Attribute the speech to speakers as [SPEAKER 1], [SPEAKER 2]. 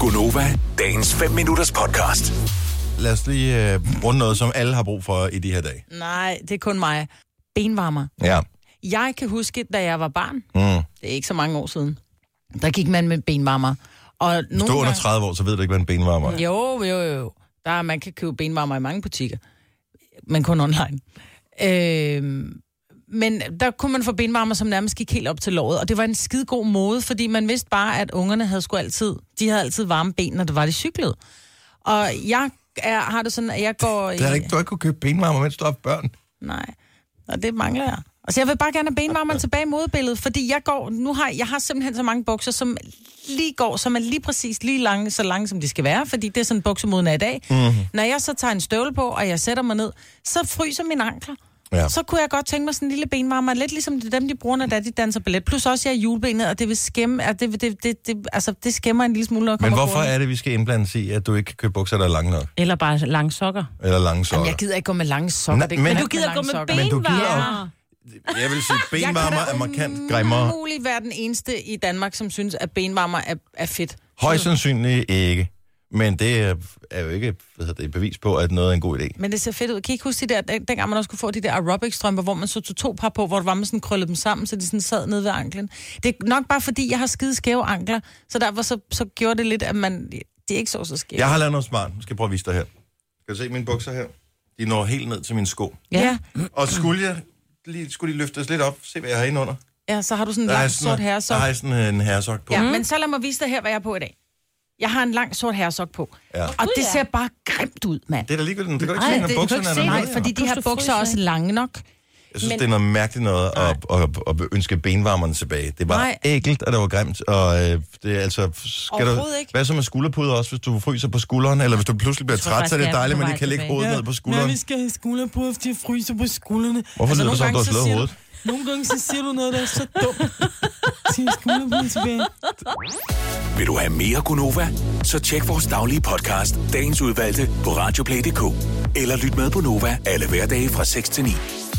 [SPEAKER 1] Gunova, dagens 5 minutters podcast.
[SPEAKER 2] Lad os lige øh, runde noget, som alle har brug for i de her dage.
[SPEAKER 3] Nej, det er kun mig. Benvarmer.
[SPEAKER 2] Ja.
[SPEAKER 3] Jeg kan huske, da jeg var barn,
[SPEAKER 2] Mm.
[SPEAKER 3] det er ikke så mange år siden, der gik man med benvarmer. Og
[SPEAKER 2] Hvis
[SPEAKER 3] nogle
[SPEAKER 2] du er under
[SPEAKER 3] gange-
[SPEAKER 2] 30 år, så ved du ikke, hvad en benvarmer er.
[SPEAKER 3] Jo, jo, jo. Der er, man kan købe benvarmer i mange butikker, men kun online. Øhm, men der kunne man få benvarmer, som nærmest gik helt op til låret, og det var en skide god måde, fordi man vidste bare, at ungerne havde sgu altid, de havde altid varme ben, når det var, de cyklede. Og jeg er, har det sådan, at jeg går...
[SPEAKER 2] Det er ikke, du har ikke kunne købe benvarmer, mens du har haft børn.
[SPEAKER 3] Nej, og det mangler jeg. Altså, jeg vil bare gerne have benvarmeren tilbage i modebilledet, fordi jeg går, nu har, jeg har simpelthen så mange bukser, som lige går, som er lige præcis lige lange, så lange, som de skal være, fordi det er sådan buksemoden er i dag.
[SPEAKER 2] Mhm.
[SPEAKER 3] Mm-hmm. Når jeg så tager en støvle på, og jeg sætter mig ned, så fryser mine ankler.
[SPEAKER 2] Ja.
[SPEAKER 3] Ja. Så kunne jeg godt tænke mig sådan en lille benvarmer, lidt ligesom det er dem, de bruger, når det er, de danser ballet. Plus også, jeg er julebenet, og det vil skæmme, at det, det, det, det, altså, det skæmmer en lille smule, når jeg
[SPEAKER 2] Men
[SPEAKER 3] kommer
[SPEAKER 2] hvorfor
[SPEAKER 3] gående.
[SPEAKER 2] er det, vi skal indblandes i, at du ikke kan købe bukser, der er lange nok?
[SPEAKER 4] Eller bare lange sokker.
[SPEAKER 2] Eller lange sokker?
[SPEAKER 3] Jamen, jeg gider ikke gå med lange sokker.
[SPEAKER 2] Nej,
[SPEAKER 3] det er
[SPEAKER 2] men- Men
[SPEAKER 3] knap
[SPEAKER 2] du
[SPEAKER 3] med
[SPEAKER 4] gider
[SPEAKER 3] lange
[SPEAKER 4] gå med
[SPEAKER 3] sokker.
[SPEAKER 2] Men du
[SPEAKER 4] Benvarmer.
[SPEAKER 2] gider... Jeg vil sige, benvarmer er markant
[SPEAKER 3] Jeg
[SPEAKER 2] grimmere.
[SPEAKER 3] kan umuligt være den eneste i Danmark, som synes, at benvarmer er, er fedt.
[SPEAKER 2] Højst sandsynligt ikke. Men det er- er jo ikke hvad hedder det, et bevis på, at noget er en god idé.
[SPEAKER 3] Men det ser fedt ud. Kan I ikke huske de der, den- dengang man også kunne få de der aerobic-strømper, hvor man så tog to par på, hvor det var, man sådan krøllede dem sammen, så de sådan sad nede ved anklen. Det er nok bare fordi, jeg har skide skæve ankler, så derfor så, så gjorde det lidt, at man... Det er ikke så så skævt.
[SPEAKER 2] Jeg har lavet noget smart. Nu skal jeg prøve at vise dig her. Kan du se mine bukser her? De når helt ned til mine sko.
[SPEAKER 3] Ja.
[SPEAKER 2] Og skulle jeg lige, skulle de løftes lidt op, se hvad jeg har inde under.
[SPEAKER 3] ja, så har du sådan en
[SPEAKER 2] Der er
[SPEAKER 3] lang
[SPEAKER 2] sådan,
[SPEAKER 3] sort
[SPEAKER 2] der
[SPEAKER 3] herresok.
[SPEAKER 2] er sådan øh, en herresok på.
[SPEAKER 3] Ja, men så lad mig vise dig her, hvad jeg har på i dag. Jeg har en lang sort herresok på.
[SPEAKER 2] Ja.
[SPEAKER 3] Og det ser bare grimt ud, mand.
[SPEAKER 2] Det er da ligegyldigt. Det kan du
[SPEAKER 4] Ej,
[SPEAKER 2] ikke se,
[SPEAKER 4] det-
[SPEAKER 2] når
[SPEAKER 4] du kan
[SPEAKER 2] bukserne
[SPEAKER 4] ikke
[SPEAKER 2] er
[SPEAKER 4] se
[SPEAKER 2] dernede.
[SPEAKER 4] det,
[SPEAKER 3] Nej,
[SPEAKER 2] jo.
[SPEAKER 3] fordi de her
[SPEAKER 4] Plus, du
[SPEAKER 3] bukser er
[SPEAKER 4] fryser,
[SPEAKER 3] også
[SPEAKER 4] ikke?
[SPEAKER 3] lange nok.
[SPEAKER 2] Jeg synes, men...
[SPEAKER 4] men-
[SPEAKER 2] det er noget mærkeligt noget at, at, at, at ønske benvarmerne tilbage. Det var
[SPEAKER 3] Nej.
[SPEAKER 2] ægelt, og det var grimt. Og øh, det er altså... Skal du,
[SPEAKER 3] Overhovedet ikke.
[SPEAKER 2] hvad så med skulderpuder også, hvis du fryser på skulderen? Eller hvis du pludselig bliver
[SPEAKER 4] tror
[SPEAKER 2] træt, så er
[SPEAKER 4] faktisk,
[SPEAKER 2] det
[SPEAKER 4] jeg er
[SPEAKER 2] dejligt,
[SPEAKER 4] på
[SPEAKER 2] at man
[SPEAKER 4] vej
[SPEAKER 2] ikke kan lægge
[SPEAKER 4] tilbage.
[SPEAKER 2] hovedet ned på skulderen.
[SPEAKER 5] Men vi skal have skulderpuder, fordi jeg fryser på skuldrene.
[SPEAKER 2] Hvorfor
[SPEAKER 4] altså,
[SPEAKER 2] lyder det som, du har
[SPEAKER 5] nogle gange, så
[SPEAKER 2] slået
[SPEAKER 5] siger
[SPEAKER 2] hovedet?
[SPEAKER 5] Nogle gange så siger du noget, der er så dumt. Siger jeg skulderpuder tilbage.
[SPEAKER 1] Vil du have mere Gunova? Så tjek vores daglige podcast, dagens udvalgte, på radioplay.dk. Eller lyt med på Nova alle hverdage fra 6 til 9.